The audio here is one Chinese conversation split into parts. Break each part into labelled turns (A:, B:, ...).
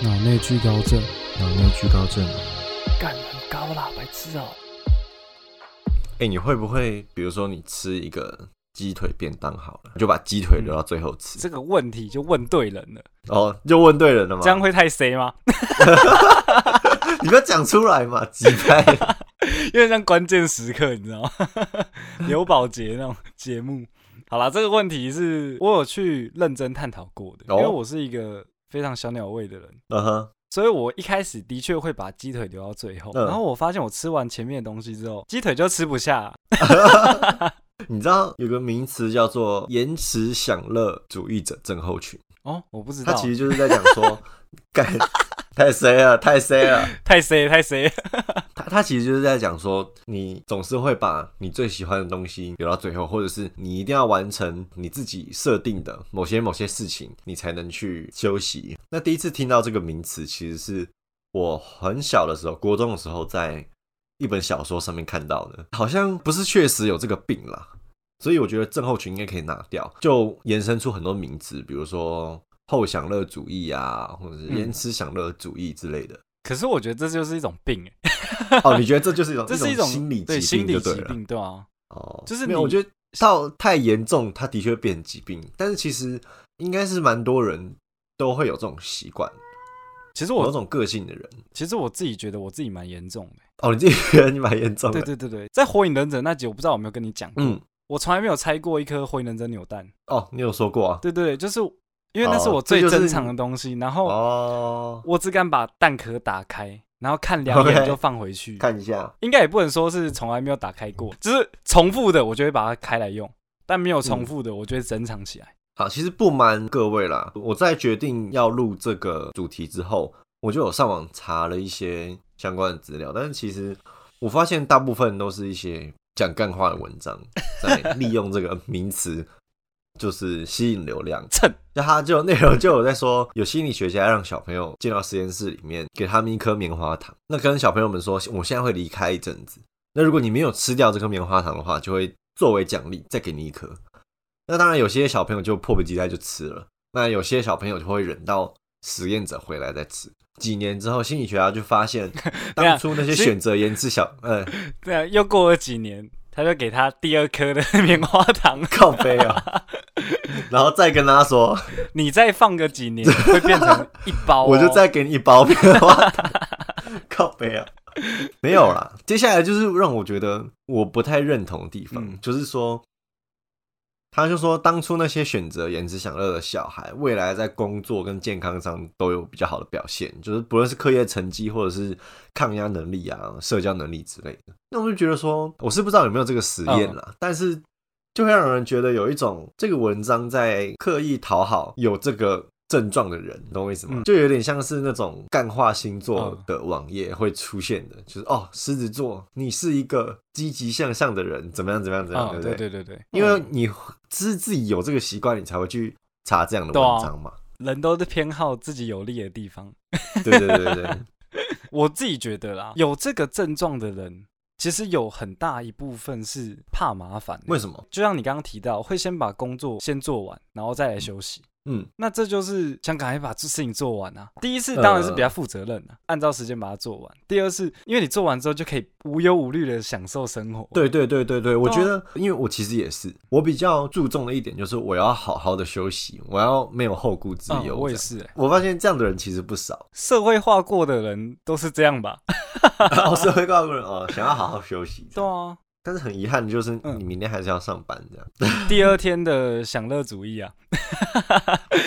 A: 脑内聚高症，
B: 脑内聚高症。
C: 干很高啦，白痴哦、
B: 哎、你会不会，比如说你吃一个鸡腿便当好了，你就把鸡腿留到最后
C: 嗯
B: 吃？
C: 这个问题就问对人了，
B: 哦，就问对人了吗？
C: 这样会太 C 吗？
B: 你不要讲出来嘛，鸡排。
C: 因为像关键时刻，你知道吗？ 刘宝杰那种节目。好啦，这个问题是我有去认真探讨过的，因
B: 哦
C: 为我是一个非常小鸟胃的人，
B: 嗯哼，
C: 所以我一开始的确会把鸡腿留到最后，
B: 嗯
C: 然后我发现我吃完前面的东西之后，鸡腿就吃不下。
B: 你知道有个名词叫做延迟享乐主义者症候群，
C: 哦，我不知
B: 他
C: 道，
B: 其实就是在讲说， 干太 C 了，太 C 了。
C: 太 C 了太 C 了。
B: 他他其实就是在讲说，你总是会把你最喜欢的东西留到最后，或者是你一定要完成你自己设定的某些某些事情，你才能去休息。那第一次听到这个名词，其实是我很小的时候，国中的时候，在一本小说上面看到的，好像不是确实有这个病啦。所以我觉得症候群应该可以拿掉，就延伸出很多名词，比如说后享乐主义啊，或者是延迟享乐主义之类的。
C: 可是我觉得这就是一种病、欸，
B: 哦，你觉得这就是一种
C: 这是
B: 一
C: 种
B: 心理
C: 对
B: 疾
C: 心
B: 病就
C: 理
B: 对
C: 疾
B: 了。
C: 病，对啊，
B: 哦，
C: 就是
B: 没有，我
C: 你
B: 觉得到太严重，它的确变疾病，但是其实应该是蛮多人都会有这种习惯，
C: 其实
B: 某
C: 我
B: 种个性的人。
C: 其实我自己觉得我自己蛮严重的、
B: 哦，你自己觉得你蛮严重的，
C: 对对对对，在火影忍者那集我不知道有没有跟你讲过，
B: 嗯，
C: 我从来没有拆过一颗火影忍者扭蛋。
B: 哦，你有说过啊？
C: 对对对，就是因为那是
B: 哦
C: 我最
B: 这就是
C: 珍藏的东西，然后
B: 哦，
C: 我只敢把蛋壳打开，然后看两眼
B: OK
C: 就放回去。
B: 看一下，
C: 应该也不能说是从来没有打开过，就是重复的我就会把它开来用，但没有
B: 嗯
C: 重复的我就会珍藏起来。
B: 好，其实不瞒各位啦，我在决定要录这个主题之后，我就有上网查了一些相关的资料，但是其实我发现大部分都是一些讲干话的文章，在利用这个名词，就是吸引流量。
C: 蹭
B: 那他就内容就有在说，有心理学家让小朋友进到实验室里面，给他们一颗棉花糖，那跟小朋友们说，我现在会离开一阵子，那如果你没有吃掉这颗棉花糖的话，就会作为奖励再给你一颗。那当然，有些小朋友就迫不及待就吃了，那有些小朋友就会忍到实验者回来再吃。几年之后，心理学家就发现，当初那些选择延迟小，呃，
C: 对啊，又过了几年，他就给他第二颗的 棉花糖，
B: 靠背啊，然后再跟他说，
C: 你再放个几 年会变成一包哦、
B: 我就再给你一包棉花糖， 靠背啊，没有啦。接下来就是让我觉得我不太认同的地方，
C: 嗯
B: 就是说，他就说当初那些选择延迟享乐的小孩，未来在工作跟健康上都有比较好的表现，就是不论是课业成绩或者是抗压能力啊、社交能力之类的。那我就觉得说，我是不知道有没有这个实验
C: 嗯
B: 啦，但是就会让人觉得有一种这个文章在刻意讨好有这个症状的人，懂我意思吗？
C: 嗯
B: 就有点像是那种干化星座的网页会出现的，就是哦，狮子座，你是一个积极向上的人，怎么样怎么样怎么样，
C: 嗯，
B: 不
C: 对
B: 对？
C: 对对对，
B: 因为
C: 嗯
B: 你是自己有这个习惯，你才会去查这样的
C: 对啊
B: 文章嘛。
C: 人都是偏好自己有利的地方。
B: 对对对对对，
C: 我自己觉得啦，有这个症状的人，其实有很大一部分是怕麻烦的。
B: 为什么？
C: 就像你刚刚提到，会先把工作先做完，然后再来休息。
B: 嗯，
C: 那这就是想赶快把这事情做完啊。第一
B: 呃
C: 次当然是比较负责任啊，按照时间把它做完。第二是因为你做完之后就可以无忧无虑的享受生活。
B: 对对对对对，我觉得，因为我其实也是，我比较注重的一点就是我要好好的休息，我要没有后顾之
C: 嗯，
B: 忧。
C: 我也
B: 这样
C: 是、欸，
B: 我发现这样的人其实 不少，
C: 社会化过的人都是这样 吧？
B: 哦，社会告诉人哦，想要好好休息。
C: 对啊，
B: 但是很遗憾，就是
C: 嗯
B: 你明天还是要上班，这样、
C: 第二天的享乐主义啊，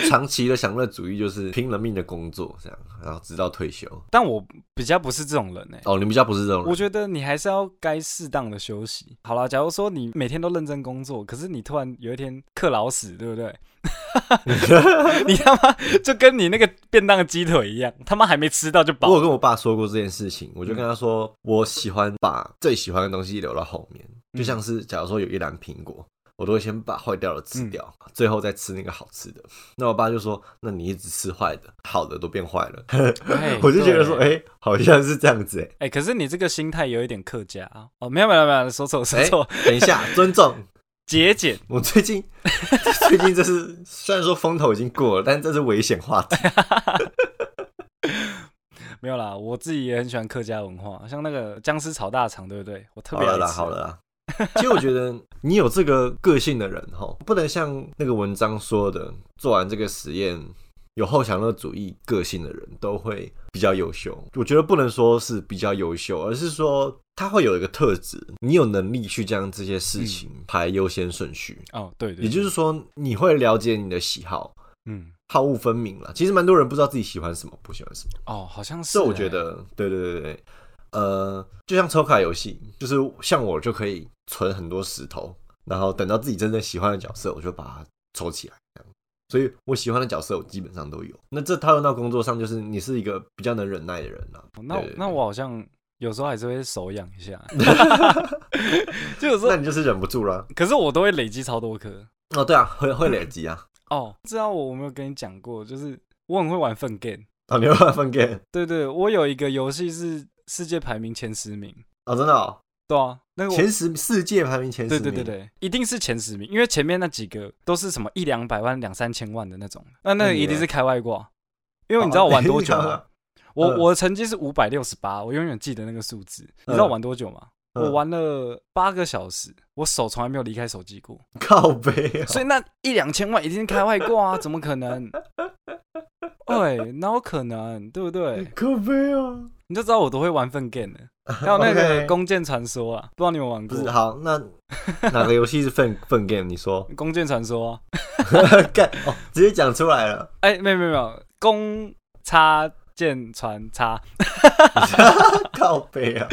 B: 长期的享乐主义就是拼了命的工作，这样，然后直到退休。
C: 但我比较不是这种人哎、
B: 哦，你们家不是这种
C: 我
B: 人
C: 觉得你还是要该适当的休息。好啦，假如说你每天都认真工作，可是你突然有一天克劳死，对 不对？你他妈就跟你那个便当的鸡腿一样，他妈还没吃到就
B: 我有
C: 饱。
B: 跟我爸说过这件事情，我就跟他说，我喜欢把最喜欢的东西留到后面，
C: 嗯
B: 就像是假如说有一篮苹果，我都会先把坏掉的吃掉，
C: 嗯
B: 最后再吃那个好吃的。那我爸就说，那你一直吃坏的，好的都变坏了。
C: 哎
B: 我就觉得说，哎、
C: 对
B: 好像是这样子、哎。
C: 哎、可是你这个心态有一点客家啊。哦，没有没有没有，说错说
B: 哎
C: 错，
B: 等 一下，尊重，
C: 节俭。
B: 我最近 最近这是虽然说风头已经过了，但这是危险话题。
C: 没有啦，我自己也很喜欢客家文化，像那个僵尸炒大 肠，对不对？我特
B: 好
C: 别
B: 了
C: 爱
B: 啦，
C: 吃
B: 好了啦。其实我觉得你有这个个性的人哈，不能像那个文章说的，做完这个实验有后享乐主义个性的人都会比较优秀。我觉得不能说是比较优秀，而是说他会有一个特质，你有能力去将这些事情排优先顺序。
C: 哦，对嗯对，
B: 也就是
C: 是
B: 说，你会了解你的喜好，
C: 嗯，
B: 好恶分明了。其实蛮多人不知道自己喜欢什么，不喜欢什么。
C: 哦，好像是、
B: 这
C: 欸，
B: 我觉得，对对对对，呃，就像抽卡游戏，就是像我就可以存很多石头，然后等到自己真正喜欢的角色，我就把它抽起来。这样所以我喜欢的角色我基本上都有。那这套用到工作上，就是你是一个比较能忍耐的人啊。
C: 哦那
B: 对对对
C: 那我好像有时候还是会手痒一 下， 就有时
B: 那
C: 候，
B: 你就是忍不住了。
C: 可是我都会累积超多颗。
B: 哦，对啊，会会累积啊。
C: 哦，不知道我有没有跟你讲过，就是我很会玩粪 game。
B: 哦，你会分给
C: 对对，我有一个游戏是世界排名前十名，
B: 哦，真的哦，
C: 对啊，那个我
B: 前十世界排名前十
C: 对对对
B: 名。
C: 对，一定是前十名，因为前面那几个都是什么一两百万、两三千万的那种，那那
B: 那
C: 个
B: 你
C: 一定
B: 嘞
C: 是开外挂，因为
B: 哦
C: 你知道我玩多 久
B: 你知道
C: 吗
B: 吗？
C: 我
B: 嗯
C: 我的成绩是五百六十八，我永远记得那个数字。你知道我玩多久吗？
B: 嗯
C: 我玩了八个小时，我手从来没有离开手机 过，
B: 靠背、啊，
C: 所以那一两千万一定是开外挂啊，怎么可 能？对，哪有可能，对不对？
B: 靠背啊。
C: 你就知道我都会玩粪 game 的，还有那
B: OK
C: 个弓箭传说啊，不知道你有没有玩
B: 不是
C: 过？
B: 好，那哪个游戏是 分分 game？你说
C: 弓箭传说、啊，
B: 干哦，直接讲出来 了。
C: 哎、没有没有没有，弓插箭传插，
B: 靠背啊！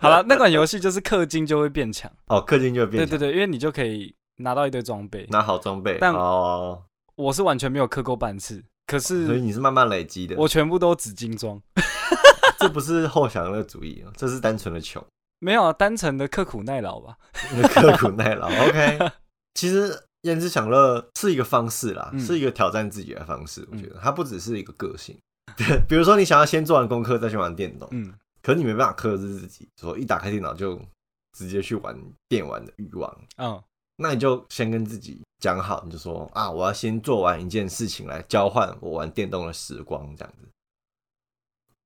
C: 好了，那款游戏就是氪金就会变强，
B: 哦，氪金就会变
C: 对
B: 强
C: 对对，因为你就可以拿到一堆装备。
B: 拿好装备，
C: 但
B: 哦，
C: 我是完全没有氪够半次，可
B: 所以
C: 是
B: 你是慢慢累积的。
C: 我全部都紫金装，
B: 这不是后享乐主义，这是单纯的穷，
C: 没有啊，单纯的刻苦耐劳吧。
B: 你的刻苦 耐劳。OK，其实延迟享乐是一个方式啦，
C: 嗯
B: 是一个挑战自己的方式。我觉得它不只是一个个性。 比如说，你想要先做完功课再去玩电动，
C: 嗯，
B: 可是你没办法克制自己，说一打开电脑就直接去玩电玩的欲望。
C: 嗯，
B: 那你就先跟自己讲好，你就说啊，我要先做完一件事情来交换我玩电动的时光，这样子。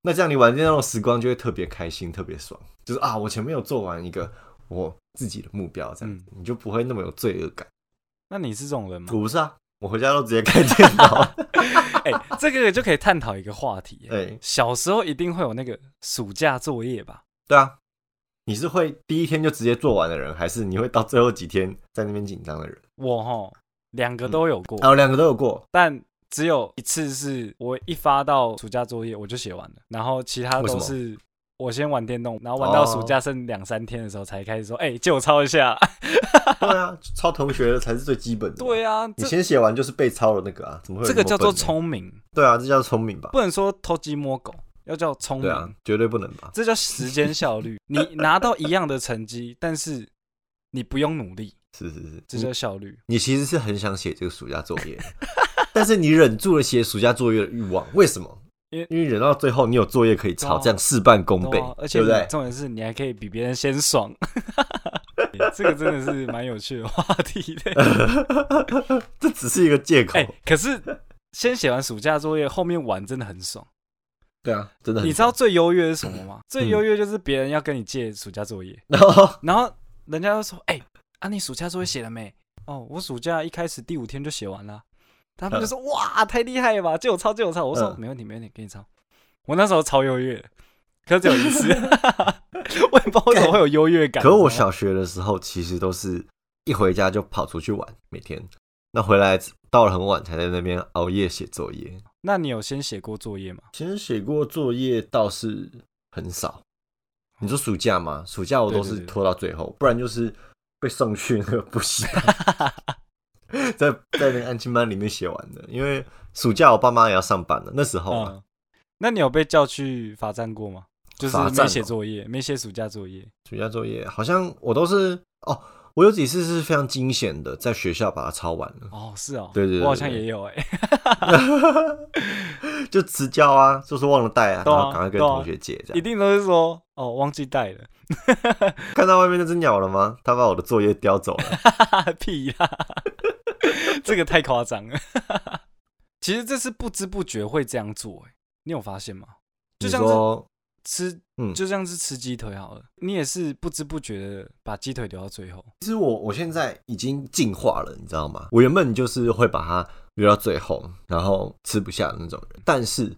B: 那这样你玩电动的时光就会特别开心，特别爽，就是啊，我前面有做完一个我自己的目标，
C: 嗯
B: 这样子、你就不会那么有罪恶感。
C: 那你是这种人吗
B: 我？不是啊，我回家都直接开电脑。
C: 哎、这个就可以探讨一个话题、哎
B: 哎、
C: 小时候一定会有那个暑假作业吧？
B: 对啊，你是会第一天就直接做完的人，还是你会到最后几天在那边紧张的人？
C: 我哈两个都有过，
B: 嗯然后两个都有过，
C: 但只有一次是我一发到暑假作业我就写完了，然后其他
B: 为什
C: 都
B: 么哦
C: 是我先玩电动，然后玩到暑假剩两三天的时候才开始说，哎、借我抄一 下。
B: 对啊，抄同学的才是最基本的。
C: 对啊，
B: 你
C: 这
B: 先写完就是被抄的那个啊，怎么会有
C: 这个
B: 么
C: 叫做
B: 笨呢？
C: 聪明，
B: 对啊，这叫聪明吧？
C: 不能说偷鸡摸狗，要叫聪
B: 对
C: 明。
B: 啊，绝对不能吧？
C: 这叫时间效率。你拿到一样的成绩，但是你不用努力，
B: 是是是，
C: 这
B: 你
C: 叫效率。
B: 你其实是很想写这个暑假作业， 但是你忍住了写暑假作业的欲望，为什么？
C: 因为
B: 因为忍到最后，你有作业可以抄，
C: 对啊
B: 这样事半功
C: 对
B: 倍
C: 啊，而且
B: 嗯对不对
C: 你？重点是你还可以比别人先爽。 这个真的是蛮有趣的话题的。
B: 呃 这只是一个借 口
C: 哎、，可是先写完暑假作业，后面玩真的很爽。
B: 对啊，真的很。嗯
C: 你知道最优越是什么吗？最优越就是别人要跟你借暑假作业，
B: 然后
C: 然后人家就说：“哎、啊，你暑假作业写了没？”哦，我暑假一开始第五天就写完了。他们就说：“哇，太厉害了吧！借我抄，借我抄。”我说：“
B: 嗯
C: 没问题，没问题，给你抄。”我那时候超优越的，可是只有一 次，我也不知道为什么会有优越感。
B: 可我
C: 你知道吗
B: 小学的时候，其实都是一回家就跑出去玩，每天，那回来到了很晚才在那边熬夜写作业。
C: 那你有先写过作业吗？
B: 其实写过作业倒是很少。你说暑假吗？暑假我都
C: 对
B: 是
C: 对对
B: 拖到最后，不然就是被送去那个补习班， 在在那个安亲班里面写完的。因为暑假我爸妈也要上班了，那时候、啊
C: 嗯，那你有被叫去罚站过吗？就是
B: 罚站
C: 没写
B: 哦
C: 作业，没写暑假作业。
B: 暑假作业好像我都是哦，我有几次是非常惊险的，在学校把它抄完 了，
C: 哦，是哦，
B: 对对对
C: 我好像
B: 对
C: 也有哎、
B: 就迟交啊，就是忘了带啊，
C: 对啊
B: 然后赶快跟
C: 对啊
B: 同学借这
C: 一
B: 样。
C: 定都是说哦，忘记带了，
B: 看到外面那只鸟了吗？它把我的作业叼走了。
C: 屁 啦，这个太夸 张了。其实这是不知不觉会这样做、欸，你有发现吗？ 就
B: 你
C: 像是
B: 说，
C: 吃，
B: 嗯
C: 就像是吃鸡腿好了，你也是不知不觉的把鸡腿留到最后。
B: 其实我我现在已经进化了，你知道吗？我原本就是会把它留到最后，然后吃不下的那种人，但是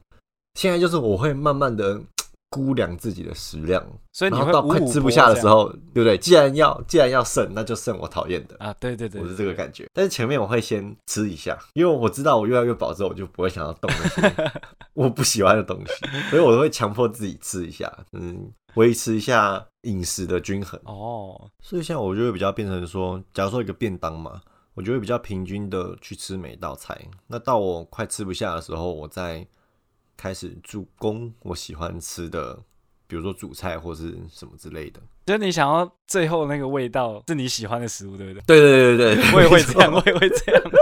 B: 现在就是我会慢慢的估量自己的食量，
C: 所以你
B: 然后
C: 会
B: 到
C: 五
B: 快
C: 五
B: 吃不
C: 波
B: 下的
C: 这
B: 时
C: 样
B: 候，对不对？既然要既然要剩，那就剩我讨厌的。
C: 啊，对对对，
B: 我是
C: 对
B: 这个
C: 对
B: 感觉，但是前面我会先吃一下，因为我知道我越来越饱之后，我就不会想要动那 些我不喜欢的东西，所以我会强迫自己吃一下，嗯，维持一下饮食的均衡。
C: 哦，
B: 所以现在我就会比较变成说，假如说一个便当嘛，我就会比较平均的去吃每一道菜。那到我快吃不下的时候，我再开始主攻我喜欢吃的，比如说主菜或是什么之类的。
C: 就是你想要最后那个味道是你喜欢的食物， 对不对？
B: 对对对对对，
C: 我也会
B: 没错
C: 这样，我也会这样。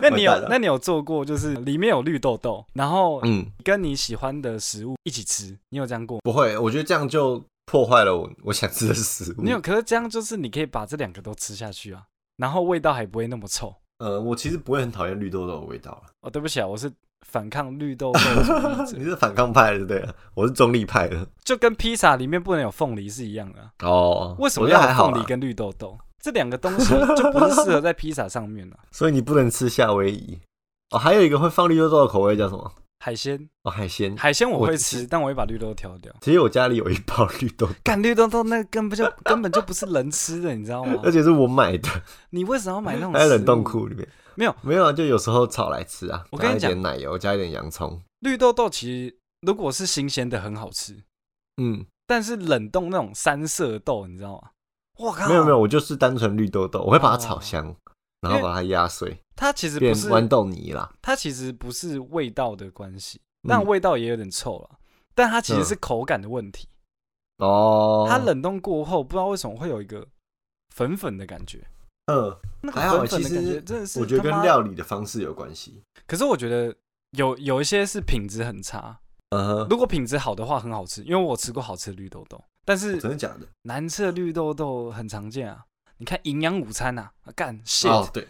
C: 那你有
B: 完蛋了
C: 那你有做过，就是里面有绿豆豆，然后
B: 嗯，
C: 跟你喜欢的食物一起吃，你有这样过吗？
B: 不会，我觉得这样就破坏了我我想吃的食物。
C: 你有，可是这样就是你可以把这两个都吃下去啊，然后味道还不会那么臭。
B: 呃，我其实不会很讨厌绿豆豆的味道了。
C: 哦，对不起啊，我是反抗绿豆豆主义
B: 你
C: 者，
B: 是反抗派的，对不对了，我是中立派的。
C: 就跟披萨里面不能有凤梨是一样的啊、
B: 哦
C: 为什么
B: 我觉
C: 要
B: 得还
C: 有
B: 好
C: 凤
B: 啦
C: 梨跟绿豆豆？这两个东西就不是适合在披萨上面了、
B: 所以你不能吃夏威夷。哦，还有一个会放绿豆豆的口味叫什么？
C: 海鲜，
B: 哦，海鲜。
C: 海鲜我
B: 我
C: 会
B: 其实
C: 吃，但我会把绿豆挑掉。
B: 其实我家里有一包绿 豆，
C: 干绿豆豆那根本就根本就不是人吃的，你知道吗
B: 而？且是我买的，
C: 你为什么要买那种？
B: 还在冷冻。库里面。
C: 没有
B: 没有啊，就有时候炒来吃啊，
C: 我跟你
B: 加
C: 讲
B: 一点奶油，加一点洋葱。
C: 绿豆豆其实如果是新鲜的很好吃，
B: 嗯，
C: 但是冷冻那种三色豆，你知道吗？我靠，
B: 没有没有，，我就是单纯绿豆豆，我会把它炒香，
C: 哦
B: 然后
C: 因为
B: 把它压碎，
C: 它其实不
B: 变
C: 是
B: 豌豆泥啦。
C: 它其实不是味道的关系，
B: 嗯
C: 但味道也有点臭了。但它其实是口感的问题，
B: 哦，
C: 它冷冻过后，不知道为什么会有一个粉粉的感觉。
B: 嗯，
C: 那个
B: 还好
C: 粉粉的
B: 其实
C: 感觉真的是，
B: 我觉得跟料，理的方式有关系。
C: 可是我觉得有有一些是品质很差，
B: 嗯哼，
C: 如果品质好的话很好吃，因为我吃过好吃的绿豆豆，但是
B: 哦真的假的？
C: 难吃的绿豆豆很常见啊。你看营养午餐呐、啊，干 shit，、
B: 哦，对，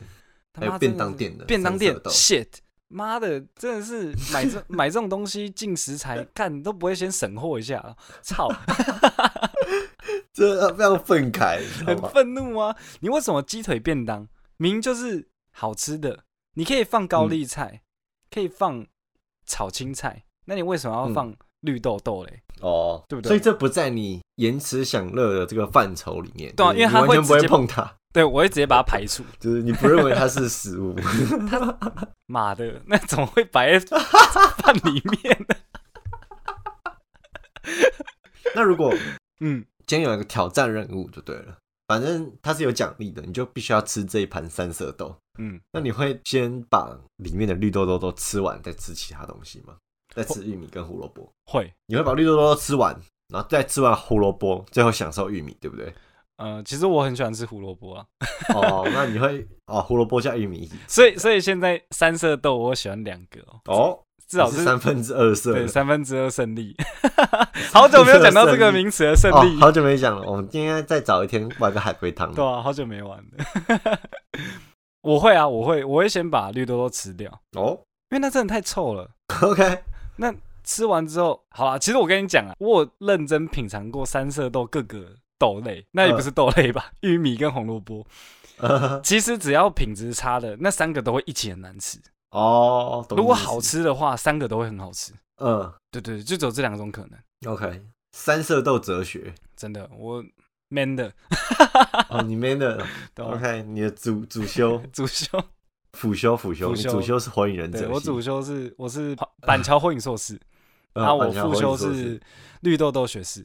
C: 他
B: 还
C: 妈真
B: 有便当
C: 是
B: 店的
C: 便当
B: 三
C: 店
B: 色豆
C: shit，妈的，真的是买 这买这种东西进食材，干都不会先审货一下 啊，操，
B: 这非常愤慨，你知道
C: 很
B: 吗？
C: 愤怒啊！你为什么鸡腿便当明明就是好吃的，你可以放高丽菜，可以放炒青菜，那你为什么要
B: 嗯
C: 放绿豆豆嘞？
B: 哦，
C: 对不对
B: 所以这不在你延迟享乐的这个范畴里面，
C: 对啊
B: 就是
C: 因为
B: 你
C: 它
B: 完
C: 会
B: 全不
C: 直
B: 会
C: 接
B: 碰它，
C: 对，我会直接把它排除。
B: 就是你不认为它是食物。
C: 妈的， 那怎么会摆 在饭里面呢？
B: 那如果
C: 嗯，
B: 今天有一个挑战任务就对了，反正它是有奖励的，你就必须要吃这一盘三色豆。
C: 嗯，
B: 那你会先把里面的绿豆豆都吃完，再吃其他东西吗？再吃玉米跟胡萝卜？
C: 会。
B: 你会把绿豆豆都吃完，然后再吃完胡萝卜，最后享受玉米，对不对？
C: 呃，其实我很喜欢吃胡萝卜啊，
B: 哦，那你会哦，胡萝卜加玉米一起吃
C: 所以所以现在三色豆我喜欢两个、哦，
B: 哦，
C: 至少
B: 你是三分之二色
C: 对
B: 的。
C: 三分之二胜利。好久没有讲到这个名词的胜利
B: 哦，，好久没讲了，我们今天再找一天玩个海龟汤。
C: 对啊，好久没玩了。 我会啊，我会，我会先把绿豆豆吃掉，
B: 哦
C: 因为那真的太臭了。
B: ，OK，
C: 吃完之后，好啦，其实我跟你讲啊，我有认真品尝过三色豆各个豆类，那也不是豆类吧，玉米跟红萝卜。
B: 呃
C: 其实只要品质差的，那三个都会一起很难吃。
B: 哦，懂你
C: 如果
B: 意思
C: 好，吃的话，三个都会很好吃。
B: 嗯
C: 对对，对就只有这两种可能。
B: ，OK，三色豆哲学，
C: 真的，我 man 的，
B: 哦，你们的
C: 对吧啊
B: OK，你的主主修、
C: 主修，
B: 辅修、辅修，
C: 辅
B: 你
C: 修
B: 主修是火影忍
C: 对
B: 者，
C: 我主，修是我是呃板桥火影硕士，然
B: 啊，
C: 后我
B: 板桥
C: 副修
B: 火影硕
C: 是
B: 士
C: 绿豆豆学士。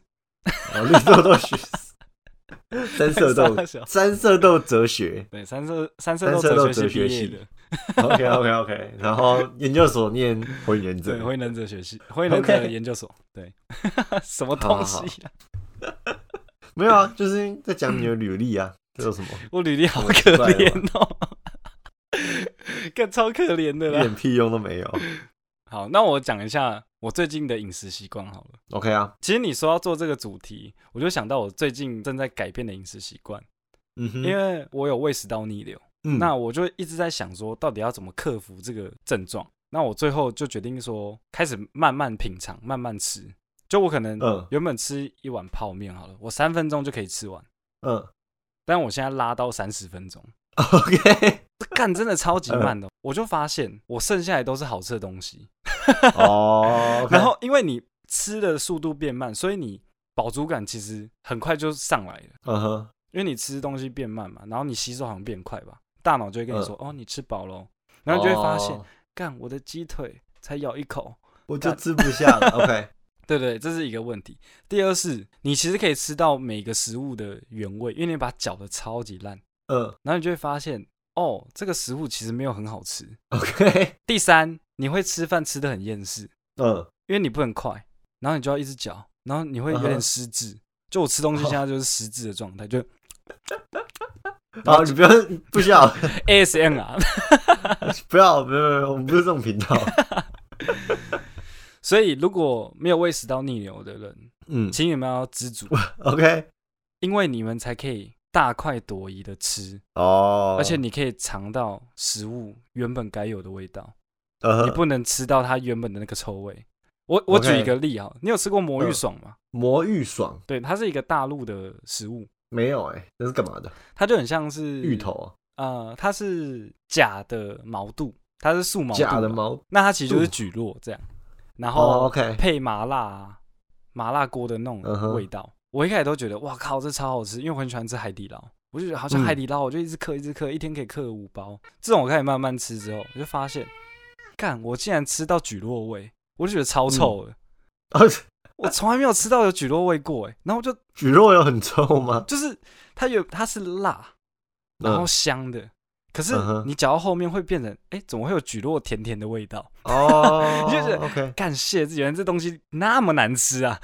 B: 哦，绿豆豆 学士，三色
C: 傻
B: 豆，
C: 小
B: 三色豆哲学
C: 对，三色三色
B: 三色
C: 豆
B: 豆
C: 哲系
B: 哲
C: 毕业
B: 学系
C: 的，
B: ，OK OK OK，然后研究所念火影忍
C: 对，
B: 者，
C: 火影忍者学系，火影忍者
B: OK
C: 研究所，对， 什么
B: 好
C: 东
B: 好
C: 西啊？
B: 没有啊，就是在讲你的履历 啊，这有什么？
C: 我履历好
B: 我
C: 可
B: 奇怪了
C: 怜哦，更超可怜的
B: 一
C: 啦。
B: 点屁用都没有。
C: 好，那我讲一下我最近的饮食习惯好了。
B: OK 啊，
C: 其实你说要做这个主题，我就想到我最近正在改变的饮食习惯，
B: 嗯哼，
C: 因为我有胃食道逆流，
B: 嗯
C: 那我就一直在想说，到底要怎么克服这个症状。那我最后就决定说，开始慢慢品尝，慢慢吃。就我可能
B: 嗯
C: 原本吃一碗泡面好了，我三分钟就可以吃完，
B: 嗯
C: 但我现在拉到三十分钟，
B: ，OK，
C: 这干真的超
B: 呃
C: 级慢的。我就发现我剩下来都是好吃的东西，
B: 哦，
C: 然后因为你吃的速度变慢，所以你饱足感其实很快就上来了，
B: 嗯哼，
C: 因为你吃东西变慢嘛，然后你吸收好像变快吧，大脑就会跟你说，哦，你吃饱喽，然后你就会发现，
B: 呃哦
C: 干我的鸡腿才咬一口，
B: 我就吃不下了，OK，
C: 对对，这是一个问题。第二是，你其实可以吃到每个食物的原味，因为你把它搅的超级烂，
B: 嗯
C: 然后你就会发现，哦，这个食物其实没有很好吃。
B: ，OK，
C: 第三，你会吃饭吃的很厌世，
B: 嗯，
C: 因为你不能快，然后你就要一直嚼，然后你会有
B: 嗯
C: 点
B: 哼
C: 失智。就我吃东西现在就是失智的状态，就然
B: 好，
C: 后
B: 你不要不需要，
C: ASM 啊。
B: 不要，没有没有，我们不是这种频道，
C: 所以如果没有胃食道逆流的人，
B: 嗯
C: 请你们要知足，
B: ，OK，
C: 因为你们才可以大快朵颐的吃，
B: 哦，
C: 而且你可以尝到食物原本该有的味道。
B: 呃
C: 你不能吃到它原本的那个臭味。我我举
B: OK
C: 一个例啊，你有吃过魔芋
B: 嗯
C: 爽吗？
B: 魔芋爽
C: 对，它是一个大陆的食物，
B: 没有哎，那是干嘛的？
C: 它就很像是
B: 芋，头啊，
C: 呃，它是假的毛肚，它是嗯素毛肚嘛啊
B: 假的，毛，
C: 那它其实就是
B: 肚
C: 蒟蒻这样，然
B: 哦
C: 后
B: ，OK，
C: 配麻辣啊麻辣锅的那
B: 嗯
C: 种
B: 哼
C: 味道。我一开始都觉得哇靠，这超好吃，因为我很喜欢吃海底捞，我就觉得好像
B: 嗯
C: 海底捞，我就一直嗑一直嗑，一天可以嗑五包。自从我开始慢慢吃之后，我就发现，干，我竟然吃到蒟蒻味，我就觉得超臭的。
B: 啊，
C: 我从来没有吃到有蒟蒻味过哎，然后就
B: 蒟蒻有很臭吗？
C: 就是它有它是辣，然后
B: 嗯
C: 香的，可是
B: 嗯哼
C: 你嚼到后面会变成哎、怎么会有蒟蒻甜甜的味道？
B: 哦
C: 你就觉得
B: ，OK，
C: 干谢，原来这东西那么难吃啊！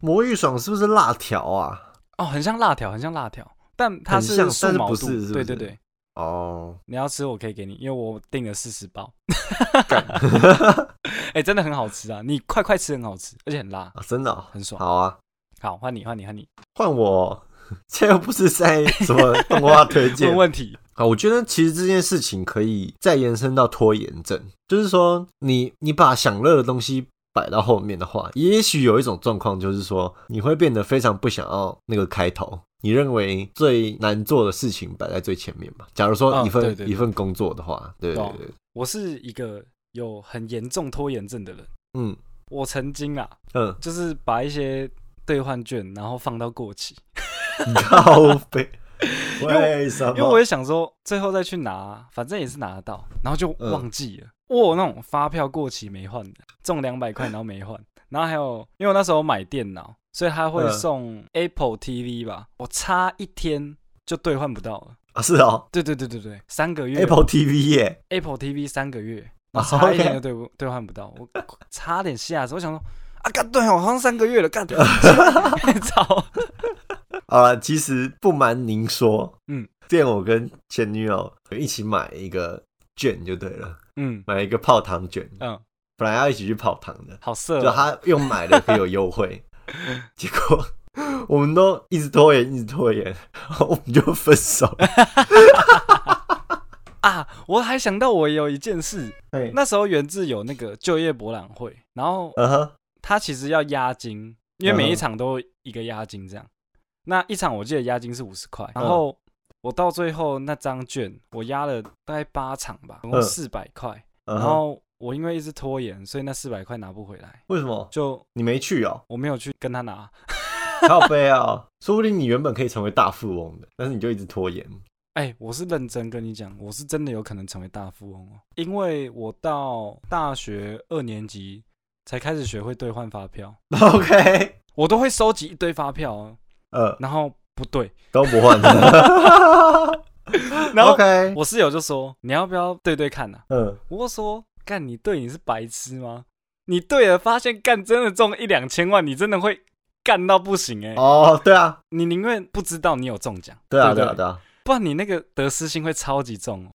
B: 魔芋爽是不是辣条啊？
C: 哦，很像辣条，很像辣条，但它
B: 很
C: 是
B: 像
C: 素
B: 但是
C: 毛
B: 不
C: 肚，
B: 是是不
C: 对对
B: 是
C: 对，
B: 哦，
C: 你要吃我可以给你，因为我订了四十 包，哎、真的很好吃啊！你快快吃，很好吃，而且很辣，
B: 啊真的哦，
C: 很爽。
B: 好啊，
C: 好，换你，换你，换你，
B: 换我，这又不是在什么动画推 荐
C: 问，问题，
B: 啊，我觉得其实这件事情可以再延伸到拖延症，就是说你你把享乐的东西摆到后面的话，也许有一种状况就是说你会变得非常不想要那个开头。你认为最难做的事情摆在最前面嘛？假如说
C: 嗯
B: 一份、
C: 对对对
B: 一份工作的话，对对
C: 懂
B: 对，
C: 我是一个有很严重拖延症的人，
B: 嗯
C: 我曾经啊，，
B: 嗯
C: 就是把一些兑换券然后放到过期，
B: 靠背，
C: 为我
B: 为什 么？
C: 因为我也想说最后再去拿，啊反正也是拿得到，然后就
B: 嗯
C: 忘记了。我有那种发票过期没换的，中两百块然后没换，然后还有因为我那时候买电脑，所以他会
B: 嗯
C: 送 Apple TV 吧，我差一天就兑换不到了。
B: 啊是哦
C: 对对对对对，三个月
B: ，Apple TV 耶，
C: Apple TV 三个月，
B: 啊
C: 我差一
B: OK
C: 点就兑不兑换不到，我差点吓死。我想说啊，干对哦，好像三个月了， 干操！
B: 好了，其实不瞒您说，
C: 嗯，
B: 之前我跟前女友一起买一个券就对了，
C: 嗯
B: 买一个泡汤券，
C: 嗯，
B: 本来要一起去泡汤的，
C: 好色、
B: 就
C: 哦，
B: 他用买的可以有优惠， 结果我们都一直拖延，一直拖延，然后我们就分手 了。
C: 啊！我还想到我有一件事，
B: 对
C: 那时候原志有那个就业博览会，然后
B: 嗯哼，
C: 他其实要押金，因为
B: 嗯
C: 每一场都一个押金这样。那一场我记得押金是五十块，
B: 嗯
C: 然后我到最后那张券我押了大概八场吧，总共
B: 嗯
C: 四百块。
B: 嗯
C: 然
B: 哼，
C: 后我因为一直拖延，所以那四百块拿不回来，
B: 为什么
C: 就
B: 你没去哦？
C: 我没有去跟他拿。
B: 靠背哦，说不定你原本可以成为大富翁的，但是你就一直拖 延。
C: 哎、我是认真跟你讲，我是真的有可能成为大富翁哦，因为我到大学二年级才开始学会兑换发票，
B: OK，
C: 我都会收集一堆发票、哦，
B: 呃，
C: 然后不对，
B: 都不换。
C: 然后
B: OK，
C: 我室友就说你要不要对对看啊？
B: 嗯，
C: 我就说干你对你是白痴吗？你对了，发现干真的中一两千万，你真的会干到不行哎、
B: 哦，对啊，
C: 你宁愿不知道你有中奖，
B: 对啊，
C: 不
B: 对啊，对啊。
C: 不然你那个得失心会超级重哦。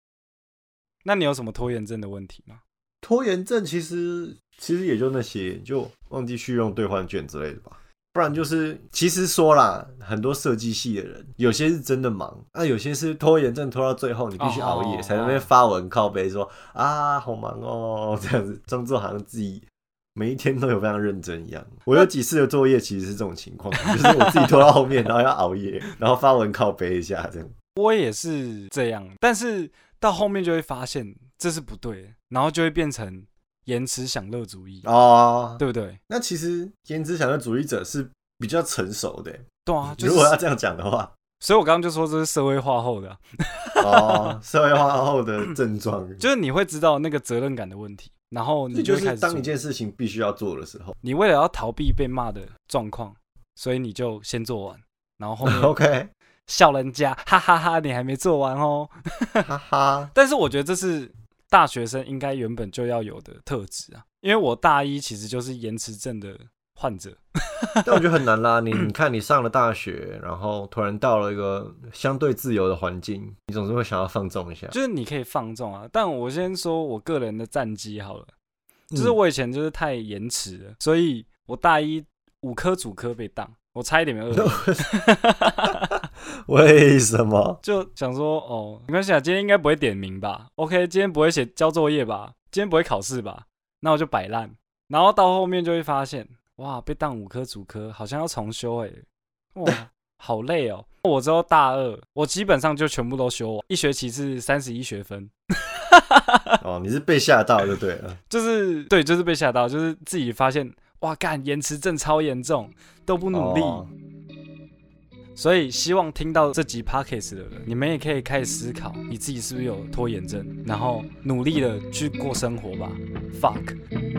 C: 那你有什么拖延症的问题吗？
B: 拖延症其实其实也就那些，就忘记去用兑换券之类的吧。不然就是其实说啦，很多设计系的人，有些是真的忙，那、有些是拖延症拖到最后，你必须熬夜
C: 哦
B: 才能被发文靠背说啊好忙哦 这样子，装作好像自己。每一天都有非常认真一 样，我有几次的作业其实是这种情况， 就是我自己拖到后面，然后要熬夜， 然后发文靠背一下这样。
C: 我也是这样，但是到后面就会发现这是不对的，然后就会变成延迟享乐主义，
B: 哦，
C: 对不对？
B: 那其实颜值享乐主义者是比较成熟的，欸
C: 对啊，就是
B: 如果要这样讲的 话，
C: 所以我刚刚就说这是社会化后的啊、
B: 哦，社会化后的症状，
C: 就是你会知道那个责任感的问题，然后
B: 这
C: 你
B: 就
C: 会开
B: 是
C: 始做
B: 当一件事情必须要做的时候。
C: 你为了要逃避被骂的状况，所以你就先做完，然后后 面
B: OK，
C: 笑人家，哈哈哈你还没做完哦。
B: 哈哈，
C: 但是我觉得这是大学生应该原本就要有的特质啊，因为我大一其实就是延迟症的患者，
B: 但我觉得很难啦。你你看，你上了大学，然后突然到了一个相对自由的环境，你总是会想要放纵一下。
C: 就是你可以放纵啊。但我先说我个人的战绩好了，
B: 嗯
C: 就是我以前就是太延迟了，所以我大一五科主科被当，我差一点没有二
B: 嗯为什么？
C: 就想说哦，没关系啊，今天应该不会点名吧？OK，今天不会写交作业吧？今天不会考试吧？那我就摆烂。然后到后面就会发现，哇，被当五科主科，好像要重修哎、哇，好累哦。我之后大二，我基本上就全部都修完，一学期是三十一学分，
B: 哦，你是被吓到就对了。
C: 就是对，就是被吓到，就是自己发现，哇，干延迟症超严重，都不努力。
B: 哦
C: 所以希望听到这集 podcast 的人，你们也可以开始思考，你自己是不是有拖延症，然后努力的去过生活吧。Fuck。